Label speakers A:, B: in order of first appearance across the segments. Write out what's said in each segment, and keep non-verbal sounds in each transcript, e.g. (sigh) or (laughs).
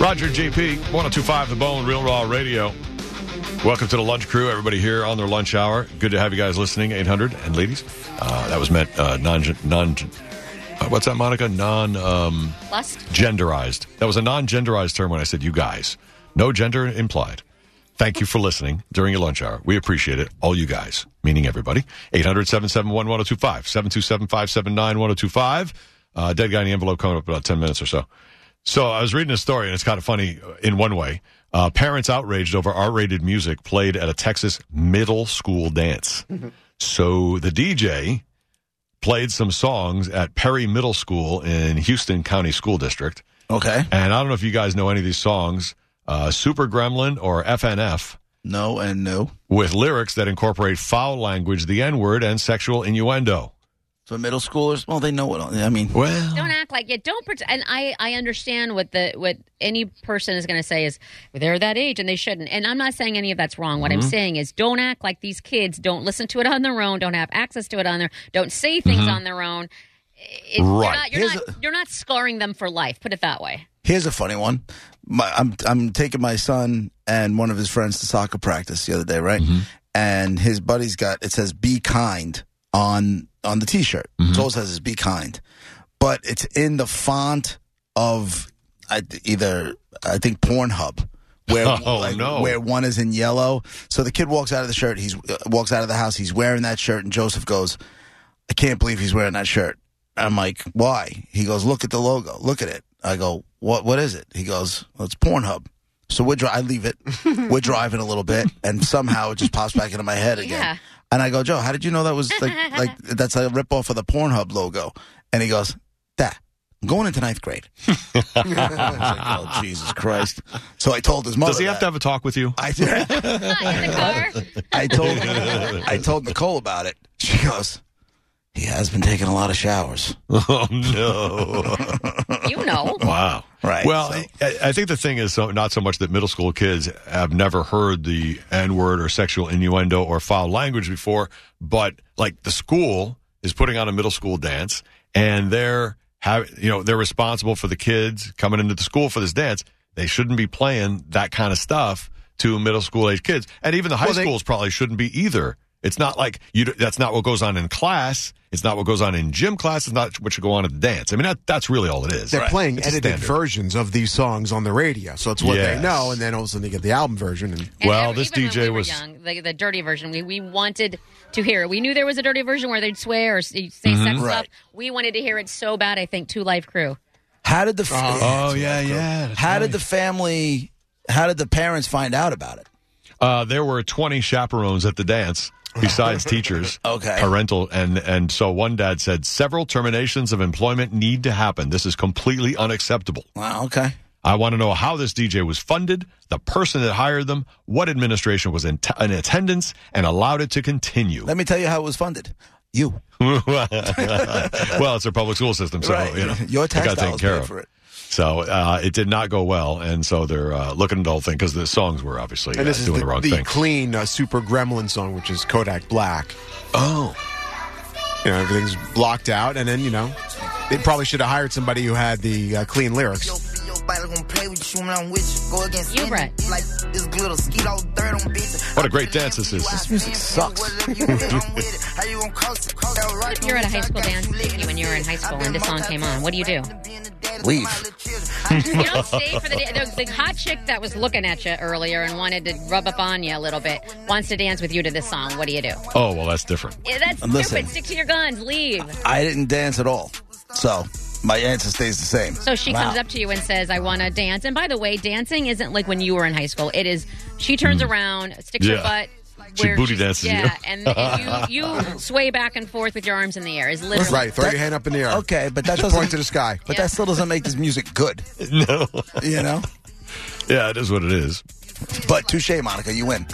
A: Roger JP, 1025 The Bone, Real Raw Radio. Welcome to the lunch crew. Everybody here on their lunch hour. Good to have you guys listening, 800 and ladies. Uh, that was meant uh, non, non uh, what's that, Monica? Non um,
B: Lust?
A: genderized. That was a non genderized term when I said you guys. No gender implied. Thank you for listening during your lunch hour. We appreciate it. All you guys, meaning everybody. 800 771 1025, 727 579 1025. Uh, Dead guy in the envelope coming up in about 10 minutes or so. So I was reading a story, and it's kind of funny in one way. Uh, parents outraged over R rated music played at a Texas middle school dance. so the DJ played some songs at Perry Middle School in Houston County School District.
C: Okay.
A: And I don't know if you guys know any of these songs uh, Super Gremlin or FNF
C: No and no.
A: with lyrics that incorporate foul language, the N word, and sexual innuendo.
C: So middle schoolers, well, they know what. I mean,
A: Well,
B: Don't act like it. Don't pretend. And I, I understand what the what any person is going to say is they're that age and they shouldn't. And I'm not saying any of that's wrong. What
A: Mm-hmm.
B: I'm saying is don't act like these kids don't listen to it on their own, don't have access to it on their, don't say things on their own. It-
A: Mm-hmm. Right.
B: You're not,
C: Here's
B: you're, not, you're not scarring them for life. Put it that way.
C: here's a funny one. My, I'm I'm taking my son and one of his friends to soccer practice the other day, right?
A: Mm-hmm.
C: And his buddy's got it says "Be kind" on on the T-shirt.
A: Mm-hmm.
C: It always says is "Be kind," but it's in the font of I, either I think Pornhub. Where,
A: (laughs) Oh,
C: like,
A: no.
C: where one is in yellow. So the kid walks out of the shirt. He's uh, walks out of the house. He's wearing that shirt, and Joseph goes, I can't believe he's wearing that shirt. I'm like, why? He goes, look at the logo. Look at it. I go, what? What is it? He goes, well, it's Pornhub. So we're dri- I leave it. we're driving a little bit, and somehow it just pops back into my head again.
B: Yeah.
C: And I go, Joe, how did you know that was like like that's a ripoff of the Pornhub logo? And he goes, that. I'm going into ninth
A: (laughs)
C: grade. (laughs) I was like, oh, Jesus Christ. So I told his mother.
A: does he have to
C: that.
A: have a talk with you?
C: (laughs) I,
B: in the car.
C: I told I told Nicole about it. She goes, "He has been taking a lot of showers."
A: (laughs) oh, no.
B: You know.
A: Wow.
C: (laughs) Right,
A: Well,
C: so-
A: I, I think the thing is so, not so much that middle school kids have never heard the N word or sexual innuendo or foul language before, but like the school is putting on a middle school dance and they're have you know they're responsible for the kids coming into the school for this dance. They shouldn't be playing that kind of stuff to middle school age kids, and even the high
C: Well, they-
A: schools probably shouldn't be either. It's not like you. d- That's not what goes on in class. It's not what goes on in gym class. It's not what should go on at the dance. I mean, that, that's really all it is.
D: They're playing
A: It's a
D: edited
A: standard.
D: versions of these songs on the radio, so it's what
A: Yes.
D: they know, and then all of a sudden they get the album version. And
B: And
A: Well,
B: ev-
A: this
B: even when
A: DJ
B: we were
A: was-
B: young, the, the dirty version. We we wanted to hear it. We knew there was a dirty version where they'd swear or s- say
A: Mm-hmm.
B: sex stuff.
C: Right.
B: We wanted to hear it so bad. I think two live crew.
C: How did the
A: Oh yeah, yeah. that's
C: how
A: right.
C: did the family how did the parents find out about it?
A: uh, there were twenty chaperones at the dance
C: (laughs)
A: besides teachers?
C: Okay.
A: parental and and so one dad said several terminations of employment need to happen. This is completely unacceptable.
C: Wow, okay.
A: I want to know how this DJ was funded, the person that hired them, what administration was in, t- in attendance, and allowed it to
C: (laughs)
A: continue. (laughs)
C: Let me tell you how it was funded. You.
A: well, it's their public school system, so
C: right.
A: you know
C: Your
A: it got
C: tax
A: taken
C: dollars
A: care
C: paid
A: of.
C: for it.
A: So uh, it did not go well, and so they're uh, looking at the whole thing because the songs were obviously
D: and
A: uh,
D: this is
A: doing
D: the,
A: the, wrong
D: the
A: thing.
D: clean uh, Super Gremlin song, which is Kodak Black.
A: oh,
D: You know, everything's blocked out, and then, you know, they probably should have hired somebody who had the uh, clean lyrics.
B: You, Brett.
A: What a great dance this is. This
C: music sucks.
A: (laughs)
B: If you're at a high school dance Nikki, when you were in high school and this song came on, what do you do?
C: Leave.
A: (laughs)
B: You don't stay for the day. The, the hot chick that was looking at you earlier and wanted to rub up on you a little bit wants to dance with you to this song. What do you do?
A: oh well, that's different.
B: Yeah, that's
C: Listen.
B: stupid. Stick to your guns. Leave.
C: I didn't dance at all. So My answer stays the same.
B: So she comes up to you and says, I want to dance. And by the way, dancing isn't like when you were in high school. It is, she turns around, sticks
A: Yeah.
B: her butt.
A: She
B: where
A: booty
B: she's-
A: dances you.
B: Yeah, and, and you, you sway back and forth with your arms in the air. Is literally.
D: Right, throw your hand up in the air.
C: Okay, but that
D: Just
C: doesn't
D: point to the sky.
C: But that still doesn't make this music good.
A: (laughs) No.
C: You know.
A: Yeah, it is what it is.
C: But touche, Monica, you win.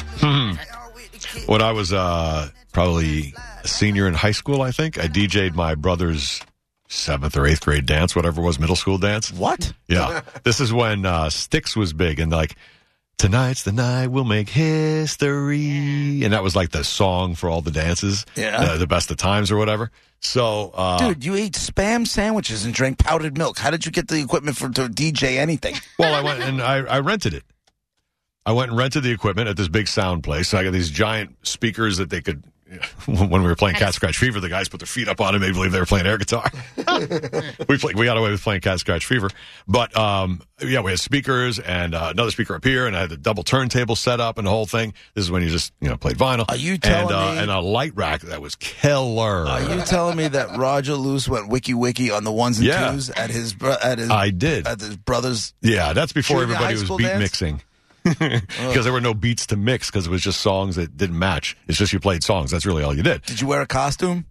A: When I was uh, probably a senior in high school, I think, I DJ'd my brother's seventh or eighth grade dance, whatever it was, middle school dance.
C: What?
A: Yeah. this is when uh, Styx was big and like, tonight's the night we'll make history. And that was like the song for all the dances.
C: Yeah.
A: uh, the best of times or whatever. So, uh,
C: Dude, you ate spam sandwiches and drank powdered milk. How did you get the equipment for to DJ anything?
A: Well, I went and I, I rented it. I went and rented the equipment at this big sound place. I got these giant speakers that they could. (laughs) When we were playing Cat Scratch Fever, the guys put their feet up on it, made believe they were playing air guitar. (laughs) we played, we got away with playing Cat Scratch Fever, but um, yeah, we had speakers and uh, another speaker up here, and I had the double turntable set up and the whole thing. This is when you just you know played vinyl.
C: Are you
A: and,
C: telling
A: uh,
C: me-
A: and a light rack that was killer.
C: (laughs) Are you telling me that Roger Luce went wiki wiki on the ones and
A: Yeah.
C: twos at his bro- at his
A: I did.
C: at his brother's?
A: Yeah, that's before
C: Junior
A: everybody
C: high
A: was
C: school
A: beat
C: dance? (laughs)
A: mixing. (laughs) Because there were no beats to mix because it was just songs that didn't match. It's just you played songs. That's really all you did.
C: Did you wear a costume?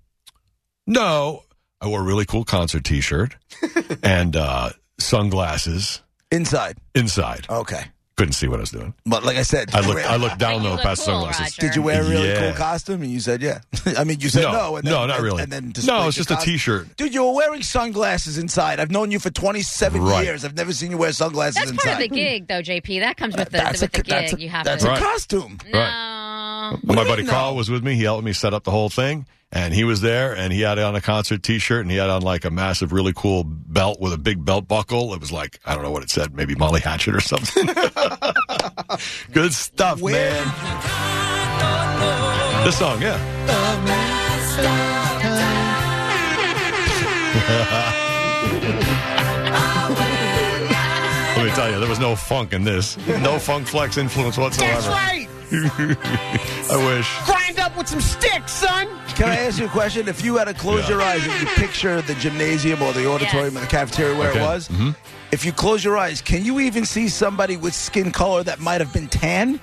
A: No, I wore a really cool concert t shirt
C: (laughs)
A: and uh, sunglasses
C: Inside.
A: inside.
C: Okay.
A: Couldn't see what I was doing.
C: But like I said,
A: I
C: did you
A: looked,
C: wear-
A: I looked down
B: You
A: though
B: (laughs) look
A: past
B: cool,
A: sunglasses.
C: (laughs)
B: Roger.
C: Did you wear a really
A: Yeah.
C: cool costume? And you said yeah. (laughs) I mean, you said
A: No,
C: no. and then,
A: no, not
C: and-
A: really.
C: And then displayed
A: No, it's
C: your
A: just a
C: cos-
A: t shirt.
C: Dude, you were wearing sunglasses inside. I've known you for 27
A: Right.
C: years. I've never seen you wear sunglasses
B: That's
C: inside.
B: part of the gig, though, JP. That comes with the,
C: That's
B: with
C: a,
B: the
C: that's
B: gig.
C: a,
B: you have
C: that's
B: to. Um,
C: a
A: Right.
C: costume.
B: No.
A: my buddy
C: No.
A: Carl was with me. He helped me set up the whole thing, and he was there. And he had on a concert T-shirt, and he had on like a massive, really cool belt with a big belt buckle. It was like I don't know what it said, maybe Molly Hatchet or something. (laughs) Good stuff,
C: Where-
A: man. This song, yeah. (laughs) Let me tell you, there was no funk in this. No funk flex influence whatsoever.
D: That's right.
A: I wish.
D: Grind up with some sticks, son.
C: Can I ask you a question? If you had to close
A: Yeah.
C: your eyes and you picture the gymnasium or the auditorium
B: Yes.
C: or the cafeteria where
A: Okay. Mm-hmm.
C: it was, if you close your eyes, can you even see somebody with skin color that might have been tan?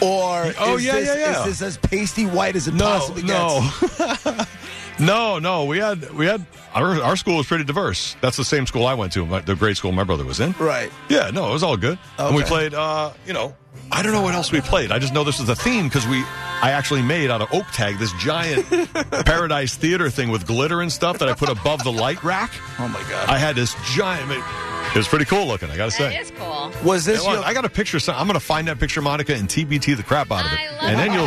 C: Or
A: Oh,
C: is,
A: yeah,
C: this,
A: yeah, yeah.
C: is this as pasty white as it possibly
A: no.
C: gets?
A: (laughs) no, no. We had we had our our school was pretty diverse. That's the same school I went to, my, the grade school my brother was in.
C: Right.
A: Yeah, no, it was all good. And we
C: Okay.
A: played, uh, you know, I don't know what else we played. I just know this was the theme because we, I actually made out of oak tag this
C: (laughs)
A: giant paradise theater thing with glitter and stuff that I put above the light rack.
C: Oh, my God.
A: I had this giant. It was pretty cool looking. I gotta say.
B: That is cool.
C: was
A: It
C: this
A: was.
C: your,
A: I got a picture. So I'm gonna find that picture, Monica, and TBT the crap out of it,
B: I love
A: and then you'll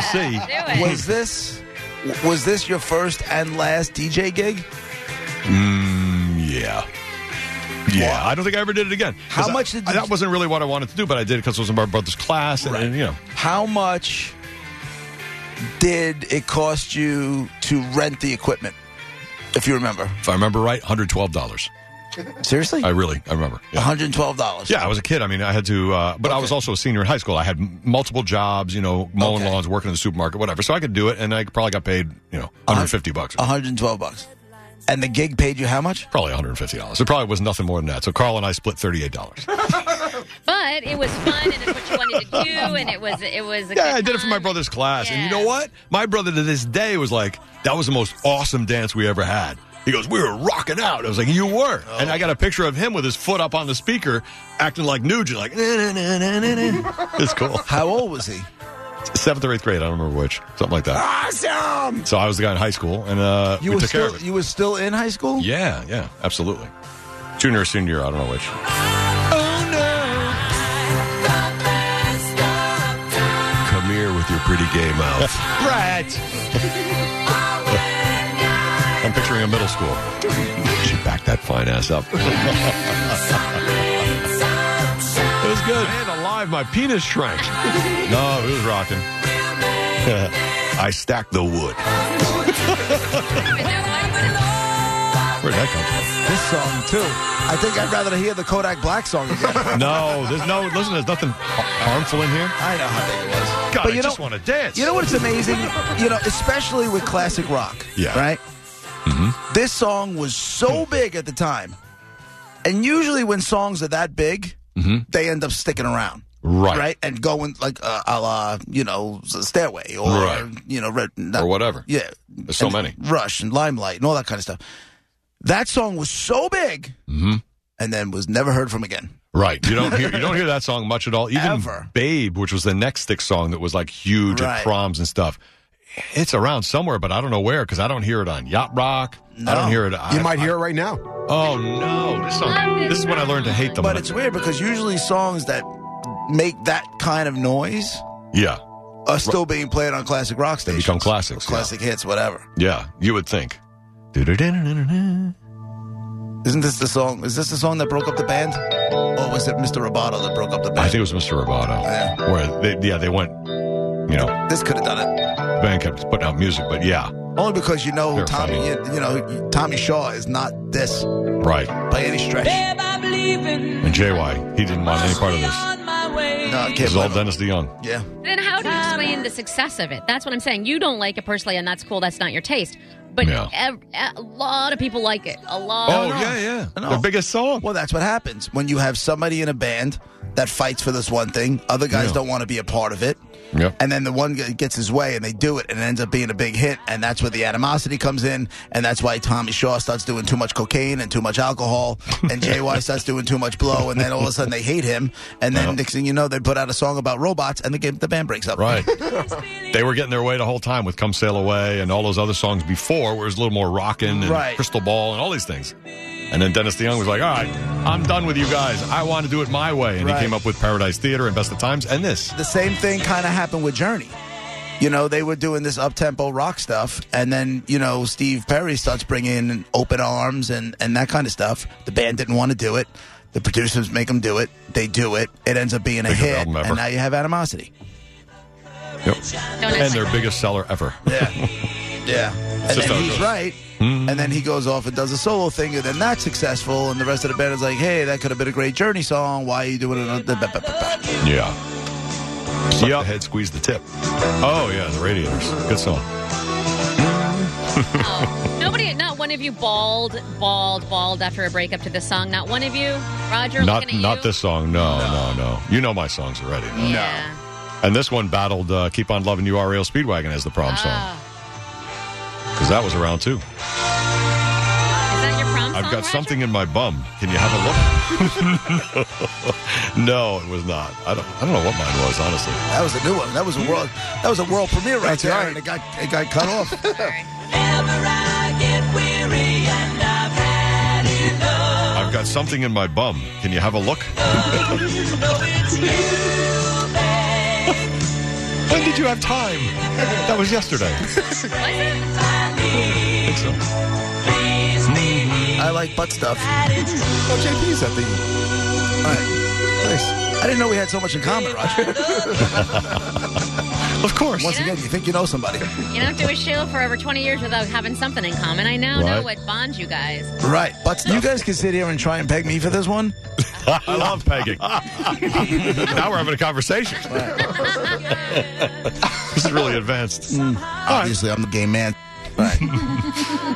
A: see.
B: that. Do it.
C: was this was this your first and last DJ gig?
A: Yeah. Yeah, I don't think I ever did it again. 'Cause
C: How
A: I-
C: much did
A: I-
C: you-
A: that wasn't really what I wanted to do, but I did it because it was in my brother's class, and, and, you know,
C: How much did it cost you to rent the equipment? If you remember,
A: if I remember right, hundred twelve dollars.
C: seriously,
A: I really, I remember.
C: one
A: Yeah.
C: hundred and twelve dollars.
A: Yeah, I was a kid. I mean, I had to, uh, but I was also a senior in high school. I had m- multiple jobs, you know, mowing
C: Okay.
A: lawns, working in the supermarket, whatever. So I could do it, and I probably got paid, you know, one hundred fifty bucks,
C: one hundred and twelve bucks, and the gig paid you how much?
A: probably one hundred fifty dollars. It probably was nothing more than that. So Carl and I split thirty eight dollars.
B: But it was fun, and it's what you wanted to do, and it was it was.
A: Yeah,
B: A good
A: I did it for my
B: time.
A: brother's class. And you know
B: Yeah.
A: what? My brother to this day was like, that was the most awesome dance we ever had. He goes, we were rocking out. I was like, you were.
C: Oh.
A: And I got a picture of him with his foot up on the speaker, acting like Nugent, like, "Na, na, na, na, na,
C: (laughs)
A: na." it's cool.
C: How old
A: (laughs)
C: was he?
A: Seventh or eighth grade, I don't remember which. Something like that.
C: Awesome.
A: So I was the guy in high school, and uh,
C: You
A: we
C: were
A: took care
C: still
A: of it.
C: you were still in high school.
A: yeah, yeah, absolutely. Junior or senior, year, I don't know which. Come here with your pretty gay (laughs) mouth.
C: Right.
A: I'm picturing a middle school. She backed that fine ass up. it was good. Man alive, my penis shrank. no, it was rocking. (laughs) I stacked the wood. Where'd that come
C: This song too. I think I'd rather hear the Kodak Black song
A: (laughs)
C: again.
A: from? No, there's no, listen, there's nothing harmful in here.
C: I know how big it was.
A: God,
C: But
A: I
C: you
A: just
C: know-
A: want to dance.
C: You know what's amazing? You know, especially with classic rock.
A: Yeah. Mm-hmm. Hmm.
C: Right? This song was so big at the time And usually when songs are that big, they end up sticking around.
A: Mm-hmm. Right.
C: And going like uh, a la, you know, Stairway or,
A: Right.
C: you know, Red.
A: Or whatever.
C: Yeah.
A: There's so
C: And
A: many.
C: Rush and Limelight and all that kind of stuff. That song was so big
A: Mm-hmm.
C: and then was never heard from again.
A: Right. You don't hear you don't hear that song much at all. Even
C: Ever.
A: Babe, which was the next stick song that was like huge at
C: Right.
A: proms and stuff. It's around somewhere, but I don't know where because I don't hear it on Yacht Rock. I don't hear it. I,
D: You might hear it right now.
A: Oh no! This song. This is when I learned to hate them.
C: But it's weird because usually songs that make that kind of noise
A: yeah,
C: are still being played on classic rock
A: they
C: stations.
A: become classics.
C: classic hits, whatever.
A: Yeah, Yeah, you would think. Du-du-du-du-du-du.
C: Isn't this the song? Is this the song that broke up the band? Or was it Mr. Roboto that broke up the
A: I
C: band?
A: think it was Mr. Roboto.
C: Yeah.
A: Where they, yeah, they went. You know,
C: this could have done it.
A: the band kept putting out music, but yeah,
C: Only because you know
A: They're
C: Tommy,
A: funny.
C: you, you know Tommy Shaw is not this
A: right.
C: by any stretch. No,
A: And JY, he didn't want any part of this.
C: I can't
A: This is all
C: blame him.
A: Dennis DeYoung.
C: Yeah,
B: Then how do you explain the success of it? That's what I'm saying. You don't like it personally, and that's cool. That's not your taste. But
A: Yeah.
B: ev- e, a lot of people like it. A lot.
A: Oh yeah, yeah.
C: I know.
A: Their biggest song.
C: Well, that's what happens when you have somebody in a band that fights for this one thing. Other guys
A: Yeah.
C: don't want to be a part of it.
A: Yep.
C: And then the one guy gets his way and they do it and it ends up being a big hit. And that's where the animosity comes in. And that's why Tommy Shaw starts doing too much cocaine and too
A: (laughs)
C: much alcohol. And JY starts doing too much blow. And then all of a sudden they hate him. And then next thing you know, they put out a song about robots and the, game, the band breaks up. (laughs)
A: Right. they were getting their way the whole time with Come Sail Away and all those other songs before where it was a little more rockin' and
C: Right.
A: Crystal Ball and all these things. And then Dennis DeYoung was like, all right, I'm done with you guys. I want to do it my way. And he
C: Right.
A: came up with Paradise Theater and Best of Times and this.
C: The same thing kind of happened with Journey. You know, they were doing this up tempo rock stuff. And then, you know, Steve Perry starts bringing in open arms and, and that kind of stuff. The band didn't want to do it. The producers make them do it. They do it. It ends up being a
A: Biggest
C: hit.
A: album ever.
C: And now you have animosity.
A: Yep.
B: Don't
A: And
B: act
A: their
B: like-
A: biggest seller ever.
C: Yeah. yeah. And
A: just how it
C: then he's
A: goes.
C: right.
A: Mm-hmm.
C: And then he goes off and does a solo thing, and then that's successful. And the rest of the band is like, hey, that could have been a great Journey song. Why are you doing it? Ba- ba- ba- ba.
A: Yeah. Suck the head, squeeze the tip. Oh, yeah, the Radiators. Good song.
B: Nobody, not one of you, bawled, bawled, bawled after a breakup to this song. Not one of you, Roger.
A: not
B: looking at
A: not
B: you.
A: this song. No, no, no, You know my songs already.
B: Yeah.
A: And this one battled uh, Keep On Loving You, RL Speedwagon as the prom song.
B: Ah.
A: Because that was around too.
B: is that your prom
A: I've
B: song,
A: got
B: Roger?
A: something in my bum. Can you have a look? (laughs) no, it was not. I don't. I don't know what mine was, honestly.
C: That was a new one. That was a world. That was a world premiere right
D: That's
C: there,
D: right.
C: and it got it got cut off.
B: Sorry.
A: I've got something in my bum. Can you have a look?
B: (laughs)
A: when did you have time? That was
B: (laughs)
A: yesterday. I think so.
C: I like butt stuff.
D: Oh, JP's at the.
C: All right.
D: Nice.
C: I didn't know we had so much in common, (laughs) Roger.
A: Of course.
C: Once again, you think you know somebody,
B: You don't do a show for over 20 years without having something in common. I now know
A: Right.
B: what bonds you guys.
C: right? Butt stuff. You guys can sit here and try and peg me for this one.
A: I love pegging. (laughs) now we're having a (laughs) conversation. this is really advanced.
C: Obviously, I'm the gay man.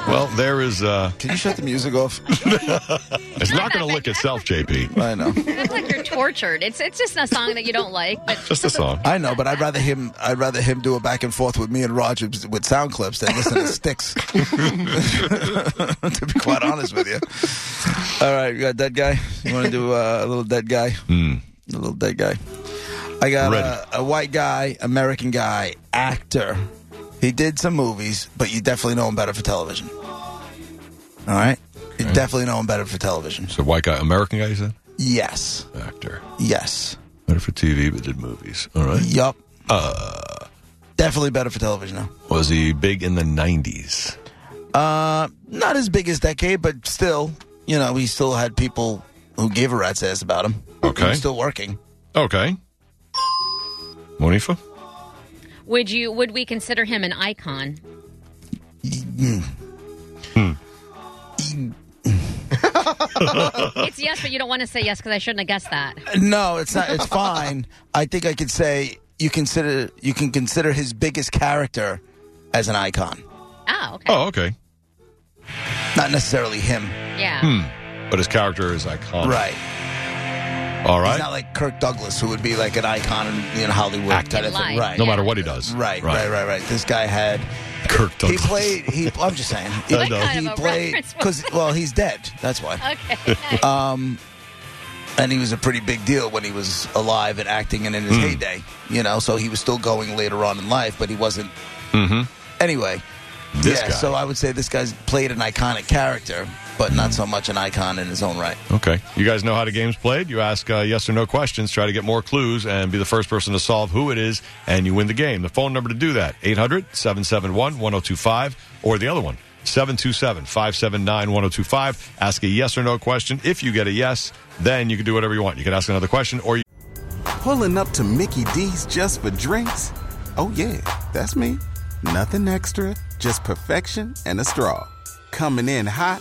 A: Well, there is. Uh,
C: Can you shut the music (laughs) off?
A: it's not going to lick itself, JP.
C: I know.
B: You look like you're tortured. It's it's just a song that you don't like, but
A: Just a song.
C: I know, but I'd rather him. I'd rather him do a back and forth with me and Roger with sound clips than listen to sticks. (laughs) to be quite honest with you. All right, you got dead guy. You want to do uh, a little dead guy? A little dead guy. I got
A: Ready.
C: uh, a white guy, American guy, actor. He did some movies, but you definitely know him better for television. All right, you definitely know him better for television.
A: So white guy, American guy, you said?
C: Yes,
A: Actor.
C: yes,
A: Better for TV, but did movies. All right.
C: yup. Uh, definitely better for television now.
A: Was he big in the 90s?
C: not his biggest decade, but still, you know, he still had people who gave a rat's ass about him.
A: Okay.
C: He was still working.
A: Okay. Monifa?
B: would you would we consider him an icon? it's yes, but you don't want to say yes because I shouldn't have guessed that.
C: No, it's not.
A: (laughs)
C: It's fine. I think I could say you consider you can consider his biggest character as an icon,
B: Oh, okay.
A: Oh, okay.
C: not necessarily him.
B: Yeah.
A: but his character is iconic.
C: Right.
A: All Oh.
C: He's
A: right.
C: not like Kirk Douglas, who would be like an icon in, in Hollywood
A: Acting
C: kind of thing.
B: life.
C: Right.
A: no
B: Yeah.
A: matter what he does.
C: Right, right, right, right. This guy had.
A: Kirk
C: He
A: Douglas.
C: played. He. I'm just
A: (laughs)
C: saying.
A: I
C: He,
A: know. What
B: kind
C: he
B: of a
C: played
B: reference was
C: because well, he's dead. That's why.
B: Okay.
C: Um, and he was a pretty big deal when he was alive and acting and in his
A: Hmm.
C: heyday. You know, so he was still going later on in life, but he wasn't. Anyway,
A: Mm-hmm. This
C: yeah.
A: guy.
C: So I would say this guy's played an iconic character, but not so much an icon in his own right.
A: Okay. You guys know how the game's played. You ask uh, yes or no questions, try to get more clues, and be the first person to solve who it is, and you win the game. The phone number to do that, 800 771 1025, or the other one, 727 579 1025. Ask a yes or no question. If you get a yes, then you can do whatever you want. You can ask another question, or you
E: Pulling up to Mickey D's just for drinks? Oh, yeah, that's me. Nothing extra, just perfection and a straw. Coming in hot